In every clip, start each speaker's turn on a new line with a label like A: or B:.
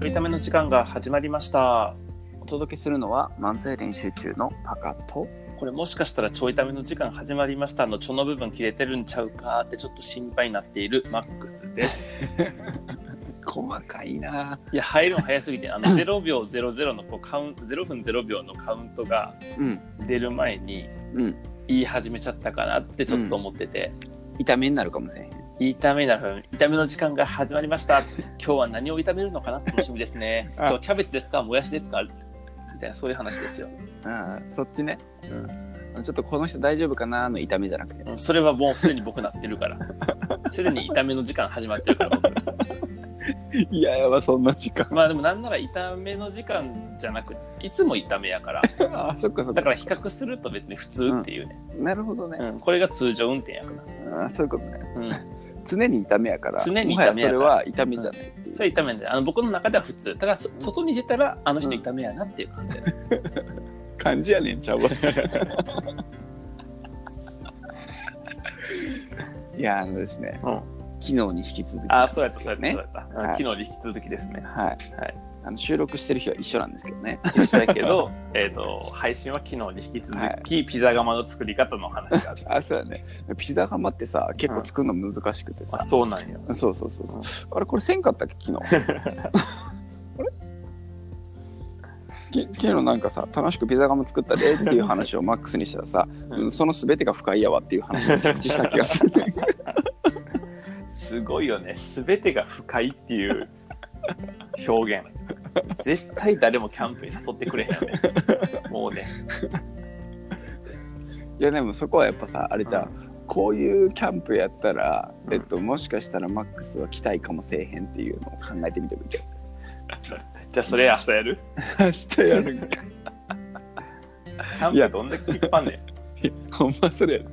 A: 取りための時間が始まりました。
B: お届けするのは漫才練習中のパカと
A: これもしかしたらちょいための時間始まりましたのちょの部分切れてるんちゃうかってちょっと心配になっているマックス です。
B: 細かいない
A: や、入るの早すぎて、あの0秒00のこうカウン0分0秒のカウントが
B: うん
A: 出る前に
B: うん
A: 言い始めちゃったかなってちょっと思ってて、
B: 痛めになるかもしれへん
A: いいためなら痛めの時間が始まりました。今日は何を炒めるのかな楽しみですね。
B: あ
A: 今日はキャベツですかもやしですかみたいなそういう話ですよ。
B: ああそっちね、うん、ちょっとこの人大丈夫かなの痛めじゃなくて
A: うんそれはもうすでに僕なってる から。すでに炒めの時間始まってるから僕。
B: いややばそんな時間
A: まあでもなんなら炒めの時間じゃなく、いつも炒めやから。
B: あそっかそっ
A: だ
B: か
A: から比較すると別に普通っていうね。
B: なるほどね、
A: うん、これが通常運転やから。
B: ああそういうことね
A: うん。
B: 常に痛めやから
A: 常に痛めやから
B: もはやそれは痛めじゃないっていう、
A: それ炒めんで、あの僕の中では普通。ただ、そ外に出たら、あの人炒めやなっていう感じ。
B: 感じやねんちゃうわ いやあのですね、
A: うん
B: 昨日に引き続き
A: ああ、そうやった、そうやった、
B: ね
A: そうやった。うん昨日に引き続きですね。
B: はい、
A: はい
B: あの収録してる日は一緒なんですけどね
A: 一緒やけど、 えっと、配信は昨日に引き続き、
B: はい。
A: ピザ窯の作り方の話がある
B: あそうだねピザ窯ってさ結構作るの難しくてさ
A: あ、、そうなんよ。
B: そうそうそうそう、あれこれせんかったっけ昨 日あれき昨日なんかさ楽しくピザ窯作ったでっていう話をマックスにしたらさ、
A: うん
B: その全てが不快やわっていう話を着地した気がする
A: すごいよね。すべてが不快っていう表現。絶対誰もキャンプに誘ってくれへんよね。もうね。
B: いやでもそこはやっぱさあれじゃん、
A: う
B: こういうキャンプやったら、
A: うん
B: えっと、もしかしたらマックスは来たいかもせえへんっていうのを考えてみてもいいけど
A: じゃあそれ明日やる
B: 明日やるんか
A: キャンプどんだけ引っ張んね
B: いや ほんまそれやい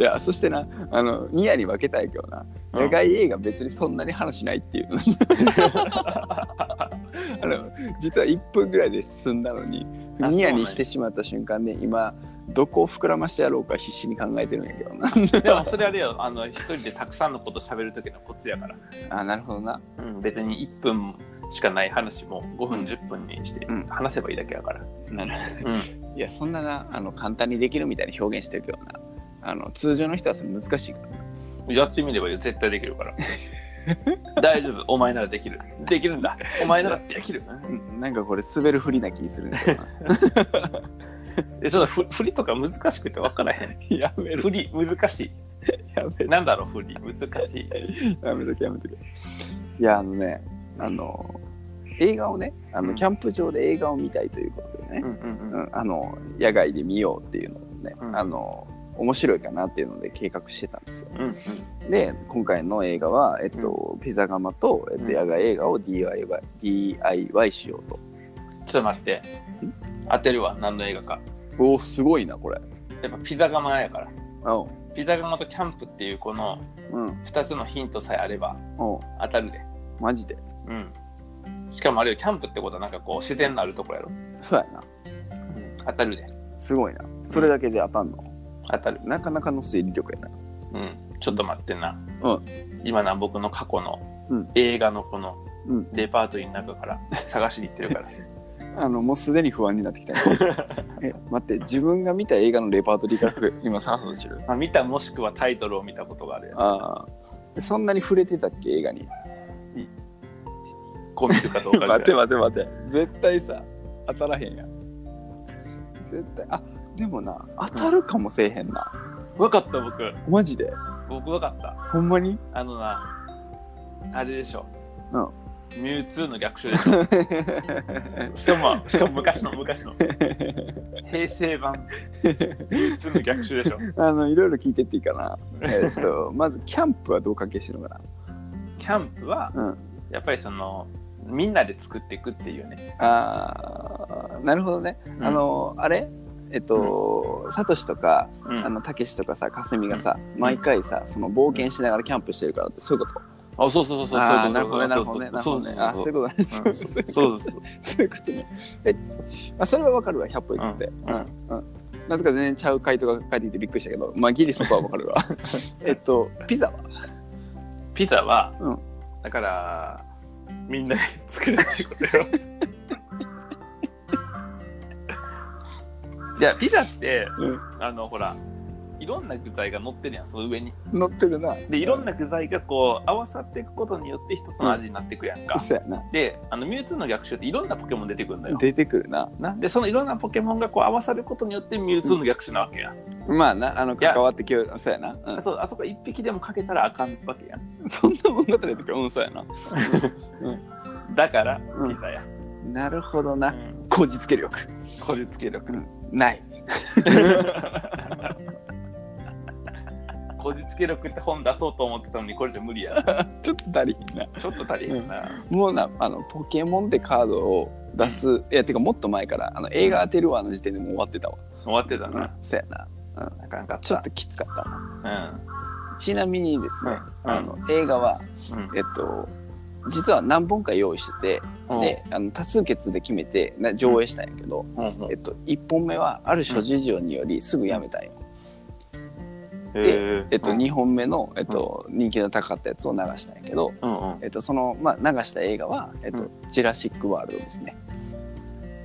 B: やそしてなあのニヤに分けたいけどな、
A: うん
B: 野外映画別にそんなに話しないっていう あの実は1分ぐらいで進んだのに
A: あ
B: ニヤにしてしまった瞬間で今どこを膨らましてやろうか必死に考えてるんやけどな
A: ん。でもそれあれよ、あの、一人でたくさんのこと喋るときのコツやから。
B: あなるほどな
A: うん、別に1分しかない話も5分、
B: うん
A: 10分にして
B: うん
A: 話せばいいだけやから。
B: なる
A: うん
B: いやそんななあの簡単にできるみたいに表現してるけどなあの通常の人はそれ難しいから
A: やってみればいいよ絶対できる から。大丈夫、お前ならできる。できるんだ。お前ならできる。
B: うんなんかこれ滑るふりな気するんだよな
A: え、ちょっとふ振りとか難しくて分からへん。
B: やめ
A: 振り難し
B: やめ
A: い。なんだろう、振り難しい。
B: やめとけやめとけ。いやあのねあの映画をねあ
A: う
B: の
A: ん
B: キャンプ場で映画を見たいということでね、
A: んうん
B: うんあの野外で見ようっていうのをね、
A: うん
B: あの面白いかなっていうので計画してたんですよ。
A: うんうん。
B: で今回の映画は、えっとピザ窯と、えっと、
A: うん
B: 野外映画を DIY, DIY しようと。
A: ちょっと待って。当てるわ、何の映画か。
B: おおすごいなこれ。
A: やっぱピザ窯やから。
B: おう
A: ピザ窯とキャンプっていうこの
B: うん
A: 2つのヒントさえあれば
B: おう
A: 当たるで。
B: マジで
A: うん。しかもあれよ、キャンプってことはなんかこう自然のあるところやろ。
B: そうやな
A: 当たるで。
B: すごいなそれだけで当たんの、
A: 当たる。
B: なかなかの推理力やな。
A: うん、ちょっと待ってな、
B: うん
A: 今な僕の過去の
B: うん
A: 映画のこの
B: うん
A: レパートリーの中から探しに行ってる から
B: あのもうすでに不安にな ってきたよえ待って自分が見た映画のレパートリーから今探そうとしてる
A: まあ見たもしくはタイトルを見たことがある
B: ああそんなに触れてたっけ映画に
A: こう見るかどうかぐらい
B: 待て待て待て絶対さ当たらへんやん絶対あでもな当たるかもせえへんな、
A: わかった僕
B: マジで
A: 僕わかった
B: ほんまに
A: あのなあれでしょ、ミュウツーの逆襲でしょしか もしかも昔の昔の平成版ミュウツーの逆襲でしょ
B: あのいろいろ聞いてっていいかなえっとまずキャンプはどう関係してるのか
A: キャンプは
B: なうん
A: やっぱりそのみんなで作っていくっていうね、
B: ああなるほどね、
A: うん
B: あのあれえっとサトシとか
A: うん
B: あのたけしとかさかすみがさ
A: ん
B: 毎回さその冒険しながらキャンプしてるからってそういうこと
A: あ、そうそうそうそう。
B: あー
A: そう
B: な
A: いう
B: る
A: こと
B: ほどねなるほどねなる
A: そ
B: ほ
A: う
B: ど
A: そう
B: ねあそういうことね
A: そうそうそう。そうそうそう。
B: そういうことねえあそれは分かるわ100歩行って
A: う
B: うんん
A: うん
B: うんなぜか全然ちゃう回答が書いてきてびっくりしたけどまあギリそこは分か るわえっとピザは
A: ピザは、
B: うん
A: だから、みんなで作るってこと よ。いや、ピザって、
B: うん
A: あの、ほら、いろんな具材が乗ってるやん、その上に。
B: 乗ってるな
A: で、いろんな具材がこう、合わさっていくことによって一つの味になっていくやんか。
B: そうやな
A: で、あの、ミュウツーの逆襲っていろんなポケモン出てくるんだよ。
B: 出てくるなな
A: で、そのいろんなポケモンがこう合わさることによってミュウツーの逆襲なわけやん。
B: まあなあの
A: や
B: 関わってきよるそうやな、うん、
A: そう、あそこ一匹でもかけたらあかんわけやん。
B: そんな物語出てくるうんそうやな
A: だから、
B: うん
A: ピザや。
B: なるほど
A: う
B: なんこじつけ力
A: こじつけ力。
B: ない
A: こじつけ力って本出そうと思ってたのに、これじゃ無理やな。
B: ちょっと足りひんな
A: ちょっと足りへんな。
B: もうなあのポケモンってカードを出す、いやてかもっと前からあの映画当てるわの時点でもう終わってたわ、
A: 終わってたな。
B: そうやな
A: あかんかった。
B: ちょっときつかったな
A: う
B: ちなみにですね、
A: うん
B: あの映画は
A: ん。うん
B: えっと実は何本か用意してて、
A: うん
B: であの多数決で決めてな上映したんやけど、
A: うんうん
B: えっと、1本目はある諸事情によりすぐやめたんよ、
A: へー
B: えっと、
A: うん
B: 2本目の、えっと、人気の高かったやつを流したんやけど、
A: うん
B: えっと、その、まあ、流した映画は、えっと
A: う
B: ジュラシック・ワールドですね、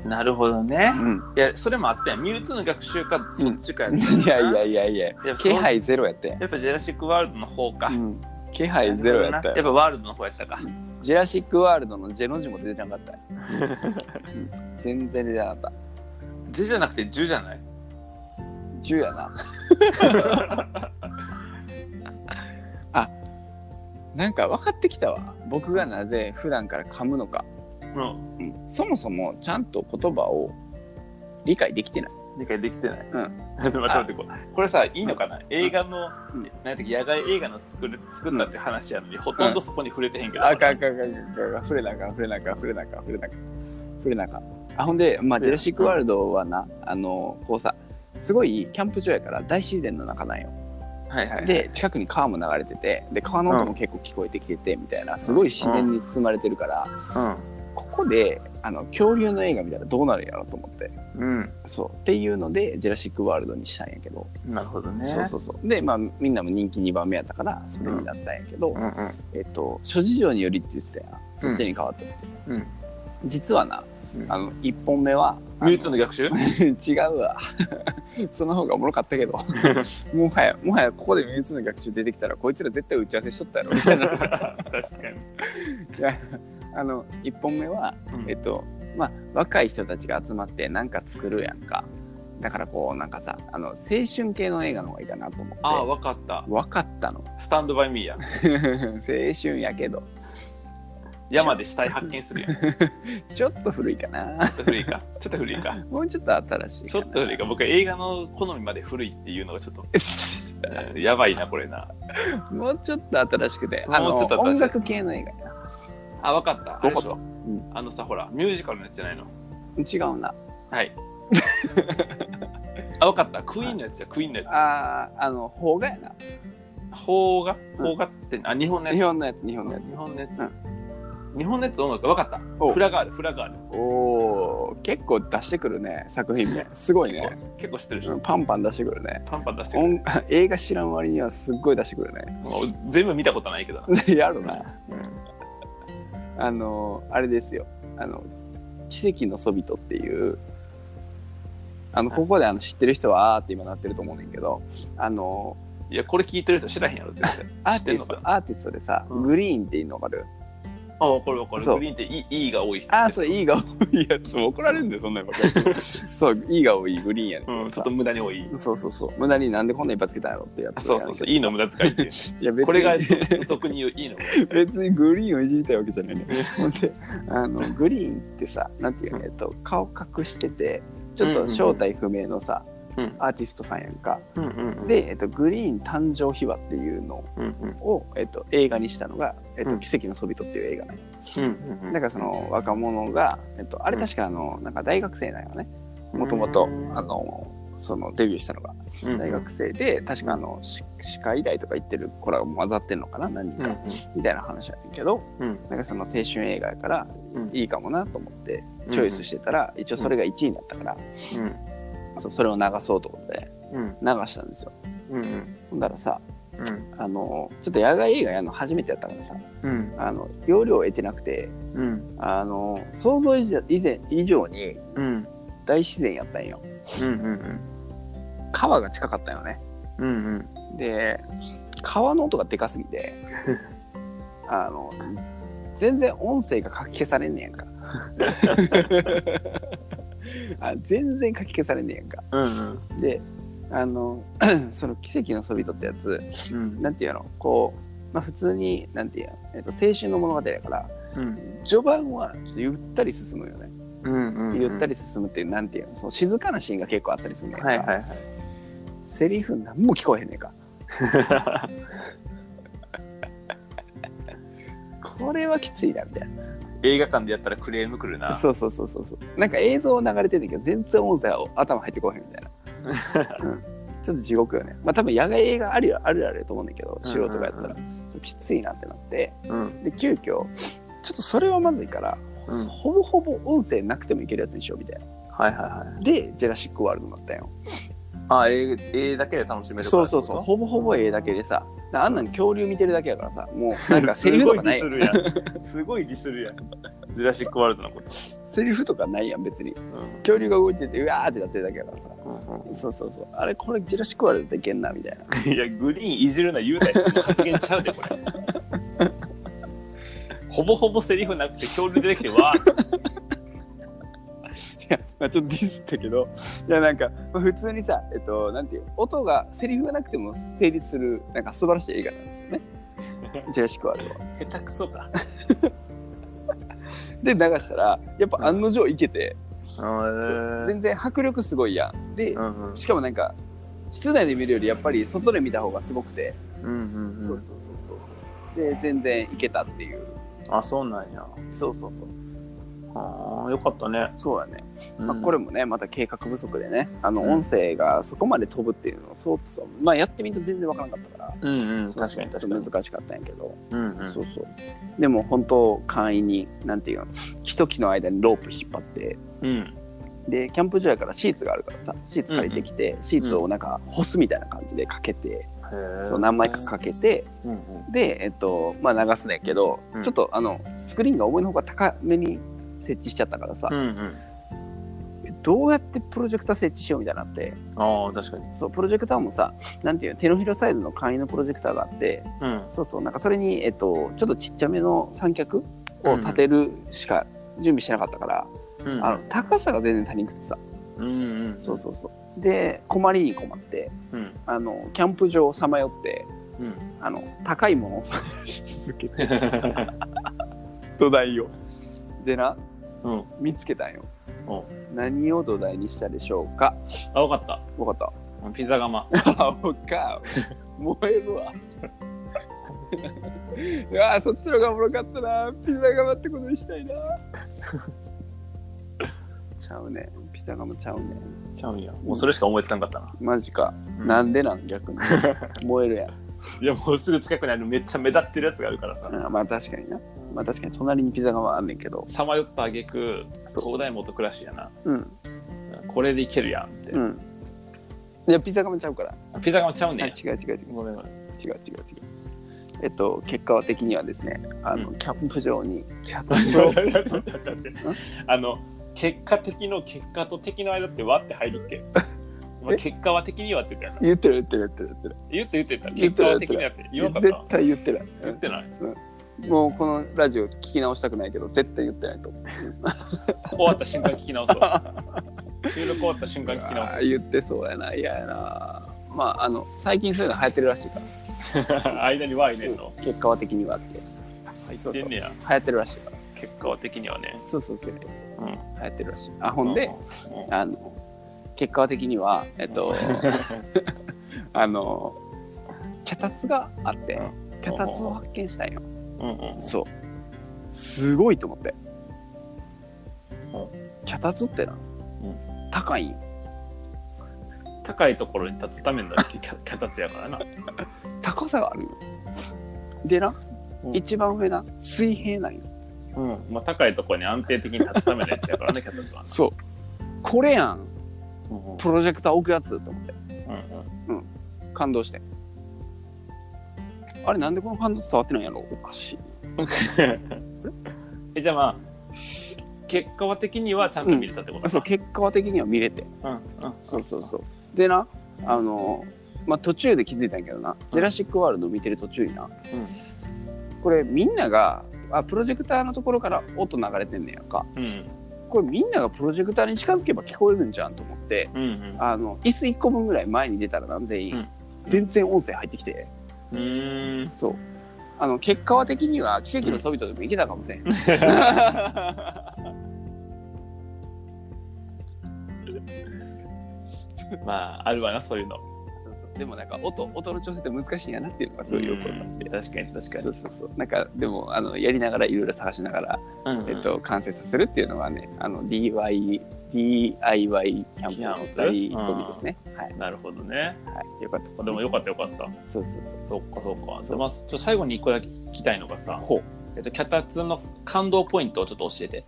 A: うんなるほどね
B: う。ん、
A: いや、それもあったやん。ミュウツーの学習か、そっちかやった
B: いや
A: よない
B: や。いやいや
A: やっぱ
B: 気配ゼロやったやん、
A: やっぱジェラシック・ワールドの方か。
B: うん気配ゼ
A: な
B: ロやった
A: るほどなやっ
B: やん
A: ぱワールドの方やったか。
B: ジュラシック・ワールドのジェの字も出てなかったやん、 うん全然出てなかった
A: ジェじゃなくてジュじゃない
B: 10やな あなんか分かってきたわ僕がなぜ普段から噛むのか、
A: うん。
B: うんそもそもちゃんと言葉を理解できてない
A: 理解できてない。
B: う
A: 待って待ってこれこれさ、いいのかな映画の、
B: うん
A: なんやったっけ野外映画の作る作ったって話やのに、ほとんどそこに触れてへんけど。
B: あかんあかんあかんあかんあかん触れなあかん触れなあかん触れなあかん触れなあかん触れなあかんあほんで、まあ、ジェラシック・ワールドはな、あのこうさすごいキャンプ場やから大自然の中なんよ
A: はいはい。
B: で近くに川も流れててで川の音も結構聞こえてきててみたいなすごい自然に包まれてるから、ここであの恐竜の映画見たらどうなるんやろと思って
A: うん。
B: そうっていうのでジュラシック・ワールドにしたんやけど、
A: うん。なるほどね。
B: そうそうそうでまあみんなも人気2番目やったからそれになったんやけど、
A: うんうん。
B: えっと諸事情によりって言ってたやんそっちに変わって、
A: うん
B: 実はな
A: うん
B: あの1本目はあの
A: ミュウツーの逆襲
B: 違うわその方がおもろかった けどもはやもはやここでミュウツーの逆襲出てきたらこいつら絶対打ち合わせしとったやろ みたいな
A: 確かに。
B: い やあの1本目は
A: うん
B: えっとまあ、若い人たちが集まって何か作るやんかだからこうなんかさあの青春系の映画の方がいいかなと思って
A: ああ、わかった。
B: 分かったの
A: スタンドバイミーや。
B: 青春やけど
A: 山で死体発見する やん。ちょ
B: ちょっと古いかな
A: っと古いか。ちょっと古いか。
B: もうちょっと新しい
A: ちょっと古いか。僕は映画の好みまで古いっていうのがちょっと、
B: か
A: えーやばいな、これな。
B: な もうちょっと新しくてあの
A: もうちょっと新し
B: 音
A: い
B: 楽系の映画やな
A: あ、わかった。あれでしょ
B: わうん
A: あのさ、ほら、ミュージカルのやつじゃないの。
B: 違うな
A: はい。あ、わかった。クイーンのやつや、クイーンのや
B: あーあの邦画やな
A: つ。邦画邦画って、あ、日本の
B: 日
A: や
B: 本のやつ日本のや
A: つ。日本のやつ
B: う。
A: 日本のやつどうなのかわかった。
B: おう
A: フラガール、フラガール。
B: つおー結構出してくるね作品名すごいね
A: 結構知ってるでしょ。
B: パンパン出してくるね
A: パンパン出してくる。
B: 音映画知らん割にはすっごい出してくるね
A: もう全部見たことないけどな。
B: やるな。あの、あれですよ。あの、奇跡のソビトっていう、あの、ここであの知ってる人は、あーって今なってると思うねんけど、あの、
A: いや、これ聞いてる人知らへんやろ、絶対。
B: ア
A: 知
B: ー
A: って
B: テ
A: ん
B: ィ
A: の
B: ス
A: か
B: ト
A: な、
B: アーティストでさ、
A: うん
B: グリーンっていうのわかる
A: あ、わかるわかる。
B: そう
A: グリーンっていいいいが多い人。
B: あー、そう、いいが多いやつ。怒られるんだよ、そんなんばっか り。そう、いいが多いグリーンやねんけどさ
A: うん、ちょっと無駄に多い。
B: そうそうそう。無駄になんでこんな一発つけたんやろってや
A: あ
B: つ。
A: そうそうそう、いいの無駄遣いっていう。
B: いや、別に
A: これが俗に言ういいの無駄遣い。
B: 別にグリーンをいじりたいわけじゃないね。ほんであのグリーンってさなんていうの、えっと、顔隠しててちょっ
A: うんうんう
B: と
A: ん
B: 正体不明のさ、
A: うん
B: アーティストさんやんか。
A: うんうん
B: で、えっと、グリーン誕生秘話っていうの
A: うんうん
B: を、えっと、映画にしたのが「えっ
A: う
B: と、
A: ん
B: 奇跡のソビト」っていう映画なんよ
A: うんうん
B: だからその若者が、えっと、あれ確かあのなんか大学生なんよねもともと
A: うん
B: あのそのデビューしたのが大学生で確かあのし歯科医大とか行ってる子らが混ざってんのかな何人
A: うん
B: かみたいな話やねんけど
A: うん
B: なんかその青春映画やから
A: うん
B: いいかもなと思ってチョイスしてたら、一応それが1位になったから、
A: うん
B: そうそれを流そうと思って
A: うん
B: 流したんですよ
A: うんうん
B: ほんだらさあのちょっと野外映画やるの初めてやったからさ
A: うん
B: あの容量を得てなくて
A: うん
B: あの想像以上以前以上に
A: うん
B: 大自然やったんよ
A: うんうん
B: 川が近かったよね
A: うんうん
B: で川の音がでかすぎ てあの全然音声がかき消されんねやんかあ全然かき消されんねやんか
A: うん
B: であの その「奇跡のそびと」ってやつ
A: うん
B: なんていうのこう、まあ、普通になんていうの、えっと青春の物語だから
A: うん
B: 序盤はちょっとゆったり進むよね、
A: うんうん
B: ゆったり進むっていうなんていうのその静かなシーンが結構あったりするんだ
A: はいはい
B: セリフ何も聞こえへんねんか
A: は
B: これはきついなみたいない
A: 映画館でやったらクレームくるな
B: そうそうそうそうそうなんか映像流れてるけど全然音声は頭入ってこへんみたい な、うんちょっと地獄よねまあ多分野外映画あるよあるあるやと思うんだけど素人がやったら、
A: うん
B: きついなってなって
A: うん
B: で急遽ちょっとそれはまずいから、
A: うん
B: ほぼほぼ音声なくてもいけるやつにしようみたいな
A: はいはいはい
B: でジェラシック・ワールドになったんよ
A: あ映映だけで楽しめる
B: そうそうそうほぼほぼ絵だけでさあんなん恐竜見てるだけやからさも うなんかセリフとかない
A: すごいディスるやんすごいディスるやんジュラシック・ワールドのこと
B: セリフとかないやん別に
A: うん
B: 恐竜が動いててうわーってなってるだけやからさ
A: うん
B: そうそうそうあれこれジェラシック・ワールドでいけんなみたいな
A: うんいやグリーンいじるな言うなやつの発言ちゃうでこれほぼほぼセリフなくて恐竜出てきてわーって
B: いや、まあ、ちょっとディスったけどいやなんか、まあ普通にさえっとなんていう音がセリフがなくても成立するなんか素晴らしい映画なんですよねジェラシック・ワールドは
A: 下手くそか
B: で流したらやっぱ案の定いけて、
A: うん
B: 全然迫力すごいやんで、
A: うん
B: しかもなんか室内で見るよりやっぱり外で見た方がすごくて
A: うん
B: そうそうそうそうそうで全然いけたっていう
A: あそうなんや
B: そうそうそう
A: ああよかったね、
B: そうだね、
A: うん
B: まあ、これもねまた計画不足でねあの
A: うん
B: 音声がそこまで飛ぶっていうのをそうそうまあやってみると全然わからなかったから
A: うんうん確かに
B: ちょっと
A: 確かに
B: 難しかったんやけど、
A: うんう
B: そ
A: ん
B: うそうでも本当簡易になんていうの木と木の間にロープ引っ張って
A: うん
B: でキャンプ場やからシーツがあるからさシーツ借りてきて、シーツをなんか干すみたいな感じでかけて、そう何枚かかけて
A: うんうん
B: で、えっとまあ、流すねんけど、
A: うん
B: ちょっとあのスクリーンが思いのほか高めに設置しちゃったからさ、
A: うんうん
B: どうやってプロジェクター設置しようみたいになって
A: ああ確かに
B: そうプロジェクターもさなんていうの手のひらサイズの簡易のプロジェクターがあって
A: うん
B: そうそうなんかそれに、えっと、ちょっとちっちゃめの三脚を立てるしか準備してなかったから、
A: うん
B: あの高さが全然足りなくてさ
A: うんうん
B: そうそうそうで困りに困って
A: うん
B: あのキャンプ場をさまよって
A: うん
B: あの高いものを探し続けて土台をでな
A: うん
B: 見つけたんよ
A: お
B: 何を土台にしたでしょうか
A: あわかっ
B: 分かった
A: たピザ窯
B: 青か燃えるわうわそっちのがおもろかったなピザ窯ってことにしたいなちゃうねピザ窯ちゃうね
A: ちゃうんやもうそれしか思いつかなかった
B: マジか、
A: な
B: な
A: うん
B: んでなん逆 に燃えるやん
A: いやもうすぐ近くにあるめっちゃ目立ってるやつがあるからさ
B: うんまあ確かになまあ確かに隣にピザ窯あんねんけど
A: さまよったあげく
B: そう
A: 東大元暮らしやな
B: うん
A: これでいけるやんって
B: うんいやピザ窯ちゃうから、
A: ピザ窯ちゃう
B: あ
A: ねんや
B: 違う違う違う
A: ごめんごめん
B: 違う違う違うえっと結果的にはですねあの、
A: う
B: キャンプ場にキャン
A: あの結果的の結果と敵の間ってわって入るっ けお前結果は敵にはって言ったやん
B: 言ってる言ってる言ってる言ってる
A: 言って言ってた
B: 言
A: 結
B: って
A: 果
B: る
A: は敵にはって言わんかっ
B: 絶
A: た
B: 対言ってない
A: 言ってない
B: もうこのラジオ聞き直したくないけど絶対言ってないと思う
A: 終わった瞬間聞き直そう 収録終わった瞬間聞き直
B: あー言ってそうやな嫌やなまああの最近そういうの流行ってるらしいから
A: そう 間には入れんの
B: 結果は的にはって
A: 入
B: そう
A: っ
B: そ
A: てん
B: う
A: ねや
B: 流行ってるらしいから
A: 結果は敵にはね
B: そうそうそう、
A: うん
B: 流行ってるらしいあほんで、
A: うんうん
B: あの結果は的にはえっとあの脚立があって
A: うん
B: 脚立を発見したんよ
A: うんうん
B: そうすごいと思って
A: う
B: 脚立ってな、
A: ん
B: 高いんよ
A: 高いところに立つための脚立やからな。
B: 高さがあるよでな、
A: うん
B: 一番上な水平なんよ
A: うん。まあ、高いところに安定的に立つためのやつやからね、脚立は。
B: そうこれやん
A: うんうん
B: プロジェクター置くやつと思って
A: うん
B: 感動してあれなんでこの感情伝わってないんやろおかしい。
A: えじゃあまあ結果は的にはちゃんと見れたってことか、
B: そう、結果的には見れて。
A: うんうん、
B: そうそうそう。でな、あの、まあ、途中で気づいたんやけどな、ジェラシック・ワールド見てる途中にな、これみんなが、あ、プロジェクターのところから音流れてんねやんか。
A: うんうん
B: これみんながプロジェクターに近づけば聞こえるんじゃんと思って、
A: うん
B: あの、椅子1個分ぐらい前に出たらな、全員、
A: うん
B: 全然音声入ってきて、
A: うんうーん
B: そう。あの、結果は的には奇跡のソビトでもいけたかもしれん。
A: まああるわなそういうの
B: そうそうでもなんか音、音の調整って難しいんやなっていうのがすごいよくわかって。
A: 確かに確か
B: そ
A: に
B: うそうそうなんかでもあのやりながらいろいろ探しながら、
A: うんうん
B: えっと、完成させるっていうのはねあの DIY, DIY キャンプの醍醐味ですね、はい、
A: なるほどね
B: はい、よかったですね
A: でもよかったよかった
B: そうそうそう
A: そっかそっかでまあちょっと最後に一個だけ聞きたいのがさ
B: ほう
A: えっと、脚立の感動ポイントをちょっと教えて。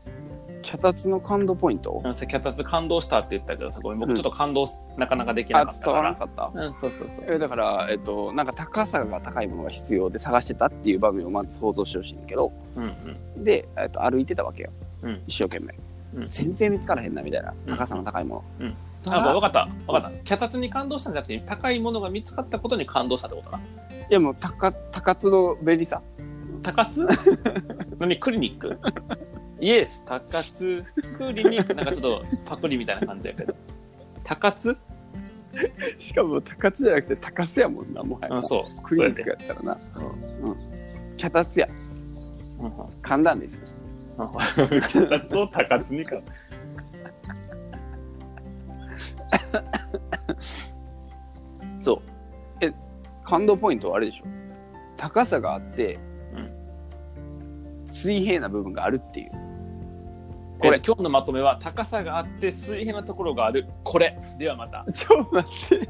B: 脚立の感動ポイント
A: うんさ脚立感動したって言ったけどさ、ごめん、
B: う
A: 僕
B: ん
A: ちょっと感動すなかなかできな
B: あ
A: かった
B: 伝
A: か
B: わらな
A: ら。
B: かった
A: うん、そうそうそう。
B: えだから、えっと、なんか高さが高いものが必要で探してたっていう場面をまず想像してほしいんだけど
A: うんうん。
B: で、えっと、歩いてたわけよ、
A: うん
B: 一生懸命、
A: うん
B: 全然見つからへんなみたいな
A: うん
B: 高さの高いも
A: う
B: の、
A: ん
B: ただ
A: あ、分かった。分かった。脚立に感動したんじゃなくて、高いものが見つかったことに感動したってことだ。
B: いやもう高高津の便利さ
A: 高津何クリニックイエス、高津クリニック。なんかちょっとパクリみたいな感じやけど。高津
B: しかも高津じゃなくて高須やもんなもはやな
A: うん、そう。
B: ク
A: そ
B: リ
A: う
B: ニ
A: や
B: ッ
A: で
B: ク。やったらな脚立や
A: うんうん
B: 簡単ですよ
A: うん脚立を高津にか。
B: そうえ感動ポイントはあれでしょ高さがあって、水平な部分があるっていう
A: こ
B: こ
A: れ
B: れ
A: 今日のまとめは高さがあって水平なところがあるこれではまた
B: ちょっと待って